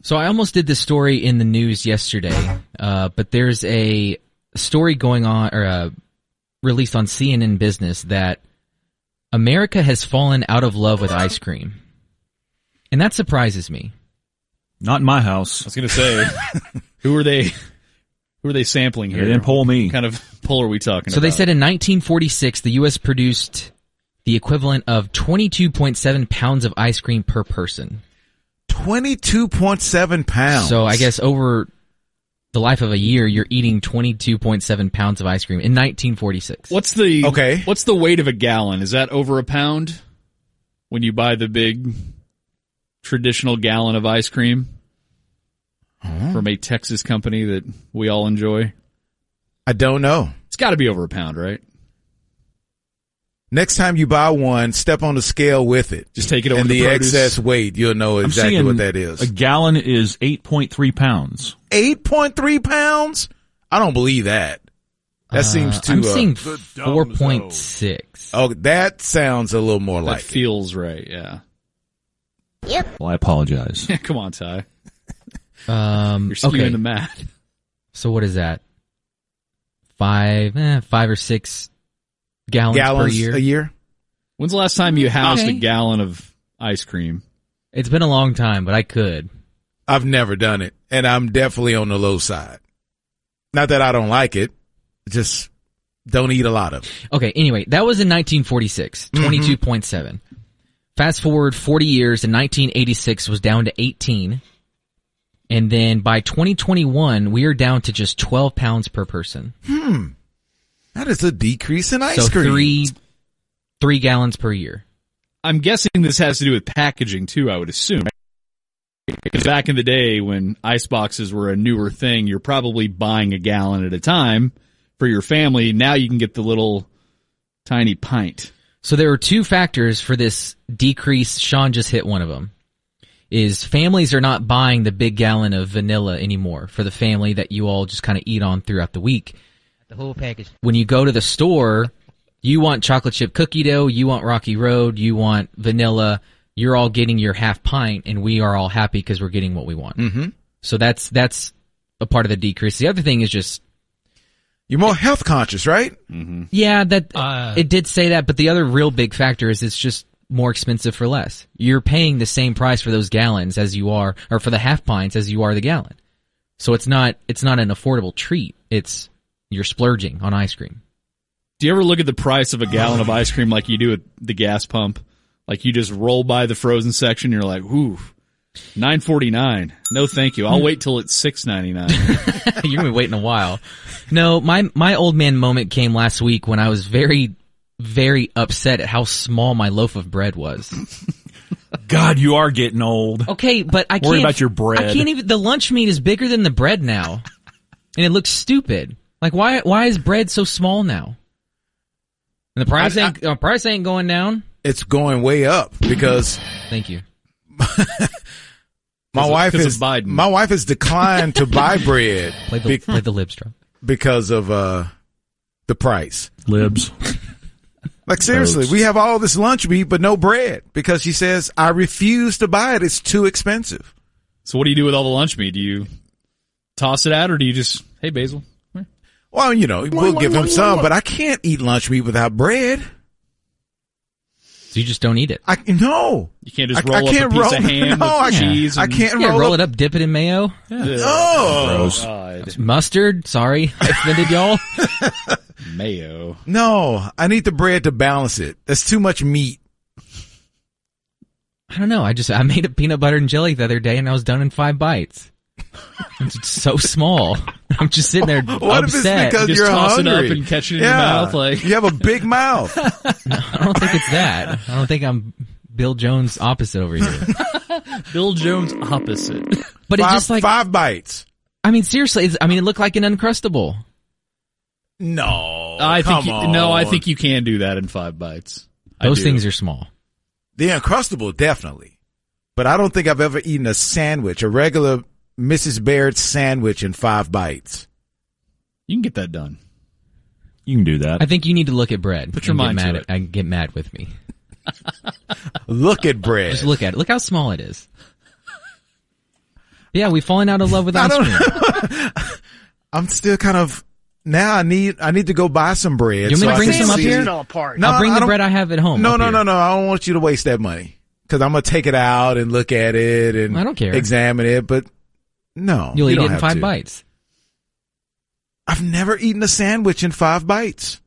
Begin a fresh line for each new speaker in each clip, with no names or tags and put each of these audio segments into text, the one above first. So I almost did this story in the news yesterday, uh, but there's a story going on or uh, released on CNN Business that America has fallen out of love with ice cream, and that surprises me.
Not in my house.
I was gonna say, who are they? Who are they sampling
They
here?
didn't poll me.
What kind of poll are we talking
So
about?
they said in 1946 the U.S. produced the equivalent of 22.7 pounds of ice cream per person.
22.7 pounds.
So I guess over the life of a year, you're eating 22.7 pounds of ice cream in 1946.
what's the
Okay.
What's the weight of a gallon? Is that over a pound? When you buy the big traditional gallon of ice cream from a Texas company that we all enjoy,
I don't know.
it's got to be over a pound, right?
Next time you buy one, step on the scale with it.
Just take it over
And
to
the
produce.
excess weight, you'll know
I'm
exactly
seeing
what that is.
A gallon is 8.3 pounds.
8.3 pounds? I don't believe that. That
Uh,
seems too.
I'm
uh,
seeing
good-
4.6.
oh, that sounds a little more
That
like it.
feels right. Yeah.
Well, I apologize.
Come on, Ty.
Um,
Oh.
You're skewing
okay.
the math.
so what is that? Five, eh, five or six gallons,
gallons
per year.
a year.
When's the last time you housed
Okay.
a gallon of ice cream?
It's been a long time, but I could.
I've never done it, and I'm definitely on the low side. Not that I don't like it, just don't eat a lot of it.
Okay. Anyway, that was in 1946,
Mm-hmm.
22.7. Fast forward 40 years in 1986 was down to 18. And then by 2021, we are down to just 12 pounds per person.
That is a decrease in ice
so
cream.
three, three gallons per year.
I'm guessing this has to do with packaging too. I would assume. Because back in the day when ice boxes were a newer thing, you're probably buying a gallon at a time for your family. Now you can get the little tiny pint.
So there are two factors for this decrease. Sean just hit one of them. Is families are not buying the big gallon of vanilla anymore for the family that you all just kind of eat on throughout the week.
the whole package.
When you go to the store, you want chocolate chip cookie dough, you want Rocky Road, you want vanilla. You're all getting your half pint, and we are all happy because we're getting what we want. Mm-hmm. So that's that's a part of the decrease. The other thing is just
You're more health conscious, right?
yeah, that
Uh,
it did say that, but the other real big factor is it's just more expensive for less. You're paying the same price for those gallons as you are, or for the half pints as you are the gallon. So it's not it's not an affordable treat. It's you're splurging on ice cream.
Do you ever look at the price of a gallon of ice cream like you do at the gas pump? Like you just roll by the frozen section, you're like, ooh, nine forty nine. No, thank you. I'll wait till it's six ninety nine.
You're gonna be waiting a while. No, my my old man moment came last week when I was very, very upset at how small my loaf of bread was.
God, you are getting old.
Okay, but I
Worry
can't
about your bread.
I can't even. The lunch meat is bigger than the bread now, and it looks stupid. Like why? Why is bread so small now? And the price
I-
ain't uh, price ain't going down.
It's going way up because
Thank you.
my
Because of-
wife
because of
is
Biden.
my wife has declined to buy bread
Play the
be-
play the Libstra.
because of uh the price.
Libs.
Like seriously,
Oats.
we have all this lunch meat but no bread because she says I refuse to buy it. It's too expensive.
so what do you do with all the lunch meat? Do you toss it out or do you just hey Basil? here."
Well, you know, we'll give him some, but I can't eat lunch meat without bread.
So you just don't eat it.
I no.
You can't just
I- I
roll up a
can't
piece
roll-
of ham
no, I
with
can't-
cheese.
I
and-
can't
Yeah,
roll,
roll
up.
it up, dip it in mayo,
Oh
Gross.
God,
mustard. Sorry, I offended y'all.
mayo.
no! I need the bread to balance it. That's too much meat.
I don't know. I just I made a peanut butter and jelly the other day, and I was done in five bites. It's so small. I'm just sitting there
What if it's
upset.
because
Just
you're
toss it
hungry
up and catch it in your
yeah.
mouth, like-
you have a big mouth.
I don't think it's that. I don't think I'm Bill Jones opposite over here.
Bill Jones opposite.
But it
five,
just like
five bites.
I mean seriously, it's, I mean it looked like an uncrustable.
No,
I think
come
you, no. I
on.
think you can do that in five bites. I
Those
do.
things are small.
The Uncrustable, definitely. But I don't think I've ever eaten a sandwich, a regular Mrs. Baird sandwich in five bites.
You can get that done.
You can do that.
I think you need to look at bread.
Put your
and get
mind to
mad
it.
At, and get mad with me.
Look at bread.
Just look at it. Look how small it is. Yeah, we've fallen out of love with
I
ice
don't
cream.
I'm still kind of now. I need I need to go buy some bread.
You want me to
I
bring
can
some up
see-
here?
It all apart.
No,
I'll bring
I
the
don't-
bread I have at home.
No,
up
no,
here.
no, no. I don't want you to waste that money because I'm gonna take it out and look at it and
I don't care.
examine it. But no,
You'll
you
eat
don't
it in
have
five
to.
bites.
I've never eaten a sandwich in five bites.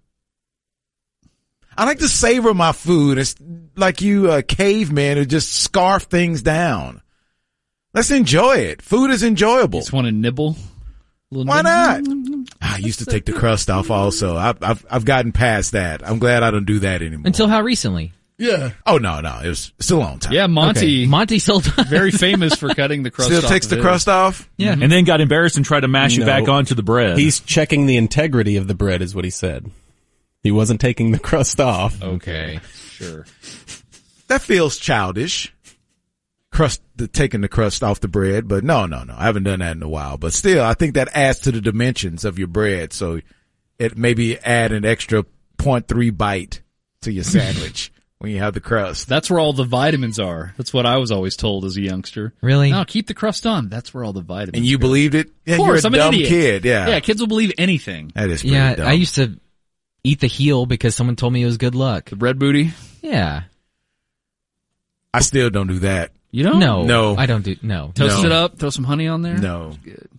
I like to savor my food. It's like you uh, cavemen who just scarf things down. Let's enjoy it. Food is enjoyable.
Just want to nibble. Little
Why
nibble.
I used to take the crust off also. I've, I've, I've gotten past that. I'm glad I don't do that anymore.
Until how recently?
Yeah.
oh, no, no. It was, it's a long time.
Yeah, Monty.
E.
Okay. Monty sold.
very famous for cutting the crust.
Still
off
takes
of
the
it.
crust off.
yeah.
And then got embarrassed and tried to mash it
No.
back onto the bread.
He's checking the integrity of the bread, is what he said. He wasn't taking the crust off.
Okay, sure.
That feels childish. Crust, the, taking the crust off the bread, but no, no, no. I haven't done that in a while, but still, I think that adds to the dimensions of your bread. So it maybe add an extra 0.3 bite to your sandwich when you have the crust.
That's where all the vitamins are. That's what I was always told as a youngster.
Really?
No, keep the crust on. That's where all the vitamins.
And you
go.
believed it? Yeah,
Of course,
you're
I'm
a
an
dumb
idiot.
kid. Yeah.
Yeah, kids will believe anything.
That is pretty
Yeah,
dumb.
I used to eat the heel because someone told me it was good luck.
The bread booty.
Yeah.
I still don't do that.
You don't
No.
No.
I don't do no.
Oh. toast
No.
it up. Throw some honey on there.
No.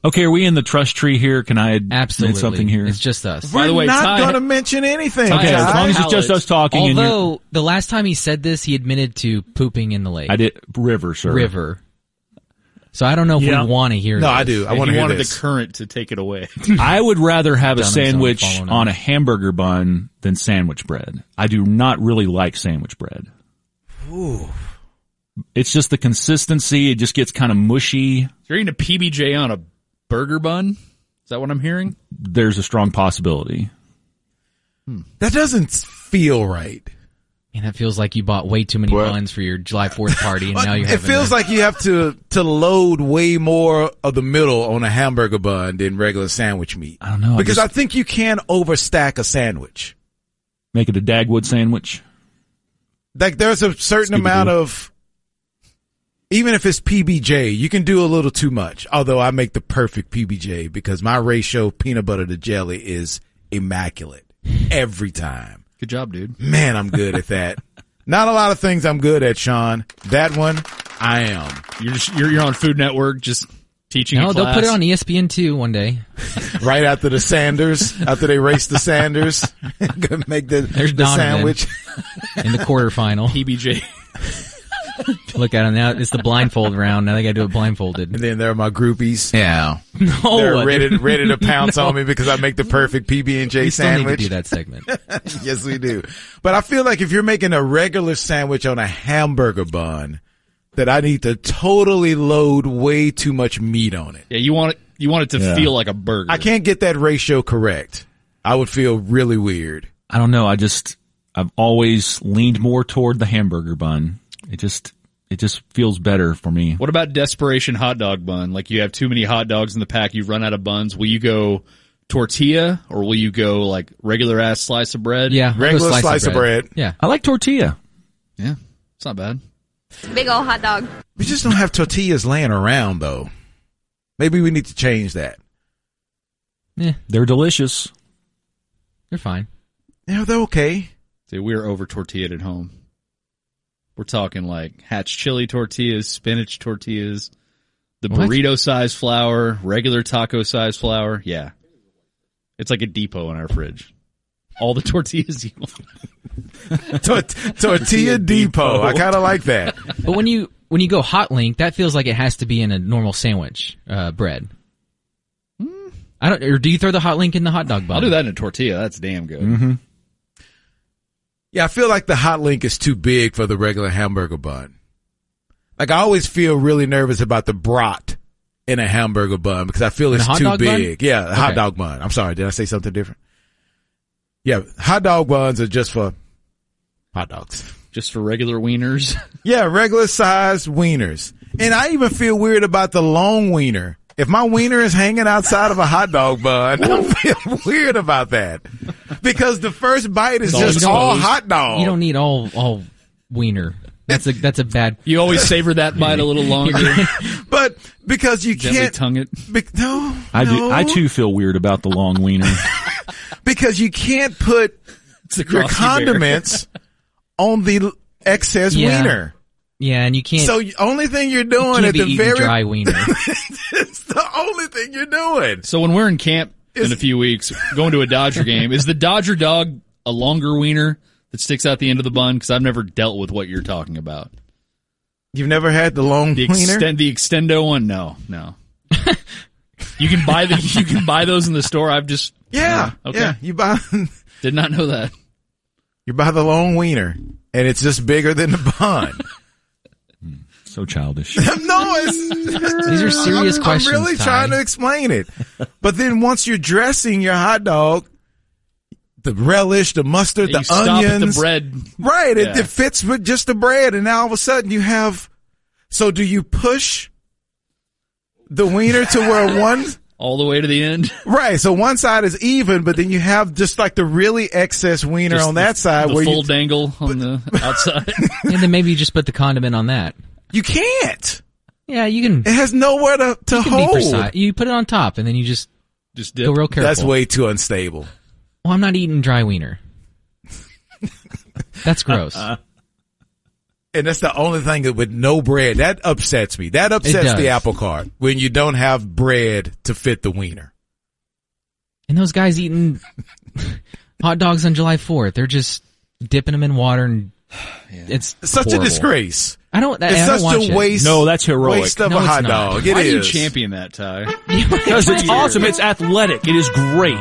okay, are we in the trust tree here? Can I admit
Absolutely.
something here?
It's just us.
By the way,
We're not
Ty-
going to mention anything.
Ty
okay,
has
as long as
Ty
it's just
Howlett.
us talking. and you're-
Although the last time he said this, he admitted to pooping in the lake
I did river, sir.
river. So I don't know if
Yeah.
we want to hear.
No,
this.
I do. I
And
want to
he
hear
wanted
this.
the current to take it away.
I would rather have a
Done himself
sandwich
following
on
up.
a hamburger bun than sandwich bread. I do not really like sandwich bread. Ooh. It's just the consistency. It just gets kind of mushy.
You're eating a PBJ on a burger bun. Is that what I'm hearing?
There's a strong possibility.
That doesn't feel right.
Man, that feels like you bought way too many buns for your July Fourth party, and now you're.
it feels like you have to to load way more of the middle on a hamburger bun than regular sandwich meat.
Uh,
I don't
oh,
know. I
because
just-
I think you can overstack a sandwich.
Make it a Dagwood sandwich.
Like there's a certain
Scooby-Doo.
amount of even if it's PBJ, you can do a little too much. Although I make the perfect PBJ because my ratio peanut butter to jelly is immaculate every time.
Good job, dude.
Man, I'm good at that. Not a lot of things I'm good at, Sean. That one, I am.
You're just, you're, you're on Food Network, just teaching.
No,
a
they'll put it
class.
on E ESPN two one day.
Right after the Sanders, after they race the Sanders, gonna make the,
There's
the
Donovan.
sandwich.
in the quarterfinal.
PBJ.
Look at him now. It's the blindfold round. Now they got to do it blindfolded.
And then there are my groupies. Yeah.
No,
They're
dude.
ready, ready to pounce on me because I make the perfect PB and J
we still need to
sandwich.
do that segment.
yes, we do. But I feel like if you're making a regular sandwich on a hamburger bun, that I need to totally load way too much meat on it.
yeah, you want it. You want it to feel like a burger.
I can't get that ratio correct. I would feel really weird.
I don't know. I just I've always leaned more toward the hamburger bun. It just it just feels better for me.
What about desperation hot dog bun? Like you have too many hot dogs in the pack, you've run out of buns. Will you go tortilla or will you go like regular ass slice of bread?
Yeah, I'll go
Regular slice of bread.
Yeah,
I like tortilla.
Yeah. It's not bad.
Big old hot dog.
We just don't have tortillas laying around though. Maybe we need to change that.
They're delicious.
you're fine.
Yeah, they're okay.
Dude, we're over tortillaed at home. We're talking like hatch chili tortillas, spinach tortillas, the
What?
burrito size flour, regular taco size flour. Yeah. It's like a depot in our fridge. All the tortillas you want.
Tort- Tortilla Depot. I kind of like that.
But when you when you go hot link, that feels like it has to be in a normal sandwich uh, bread.
Hmm.
I don't. Or do you throw the hot link in the hot dog bun?
I'll do that in a tortilla. That's damn good.
Mm-hmm.
Yeah, I feel like the hot link is too big for the regular hamburger bun. Like I always feel really nervous about the brat in a hamburger bun because I feel
In a
it's
hot
too
dog bun?
big. Yeah, a hot
Okay.
dog bun. I'm sorry, did I say something different? Yeah, hot dog buns are just for hot dogs.
Just for regular wieners.
Yeah, regular sized wieners. And I even feel weird about the long wiener. If my wiener is hanging outside of a hot dog bun, I feel weird about that. Because the first bite is
all
just all
exposed.
hot dog.
You don't need all all wiener. That's a that's a bad.
You always savor that bite a little longer.
But because you
Gently
can't
tongue it.
Bec- no,
I do.
no.
I too feel weird about the long wiener.
because you can't put
It's a
your
Frosty Bear.
condiments on the l- excess
Yeah.
wiener.
Yeah, and you can't.
So y- only thing you're doing
can't
at
be
the
eating
very
dry wiener.
it's the only thing you're doing.
So when we're in camp in a few weeks, going to a Dodger game, is the Dodger dog a longer wiener that sticks out the end of the bun? Because I've never dealt with what you're talking about.
You've never had the long
The
wiener.
extend the extendo one? No, no. you can buy the you can buy those in the store. I've just
yeah,
Yeah, okay.
yeah. You buy
did not know that.
you buy the long wiener, and it's just bigger than the bun.
so childish.
no, it's,
These are serious
I'm,
questions.
I'm really
Ty.
trying to explain it. But then once you're dressing your hot dog, the relish, the mustard,
you
the
stop at
onions,
the bread.
Right. It,
Yeah.
it fits with just the bread. And now all of a sudden you have, so do you push the wiener to where one,
all the way to the end.
right. So one side is even, but then you have just like the really excess wiener
Just
on that side
the
where
full
you,
dangle on the outside.
and then maybe you just put the condiment on that.
you can't.
Yeah, you can.
It has nowhere to, to
you can be
hold.
precise. You put it on top, and then you just
Just
go
dip.
real careful.
That's way too unstable.
Well, I'm not eating dry wiener. That's gross.
And that's the only thing that with no bread, that upsets me. That upsets
does.
the apple cart when you don't have bread to fit the wiener.
and those guys eating hot dogs on July 4th, they're just dipping them in water and it's
Such
horrible.
a disgrace.
I don't. I,
It's
I don't watch
such a
it.
waste.
No, that's heroic.
Waste of
No,
a
it's
hot
not.
dog. It
Why do you
is.
champion that, Ty?
Because it's awesome. It's athletic. It is great.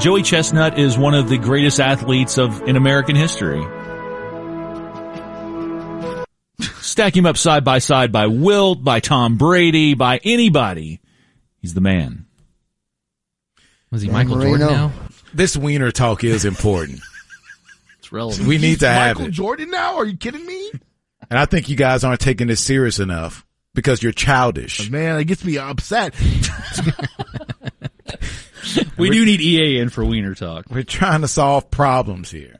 Joey Chestnut is one of the greatest athletes of in American history. Stack him up side by side by Wilt, by Tom Brady, by anybody. He's the man.
Was he Michael Jordan now?
this wiener talk is important.
It's relevant.
we need to have
Michael
it.
Jordan now? Are you kidding me?
And I think you guys aren't taking this serious enough because you're childish.
Man, it gets me upset.
We do need EA in for Wiener Talk.
We're trying to solve problems here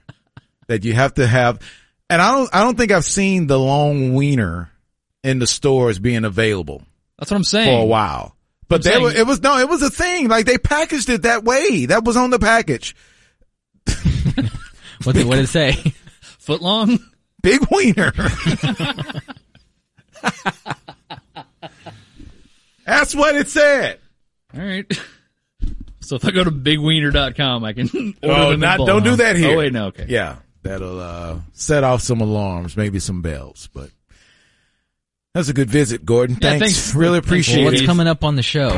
that you have to have. And I don't, I don't think I've seen the long wiener in the stores being available
That's what I'm
for a
saying.
while. But
I'm
they were,
saying-
it was, no, it was a thing. Like they packaged it that way. That was on the package.
What's it, what did it say?
Foot long?
Big wiener. That's what it said.
All right. So if I go to bigwiener.com, I can order them
Oh,
in
not
bulk.
don't do that here.
Oh wait, no, okay.
Yeah, that'll uh, set off some alarms, maybe some bells. But that's a good visit, Gordon.
Yeah,
thanks.
thanks.
really
Thanks, Well,
appreciate
What's
it.
coming up on the show?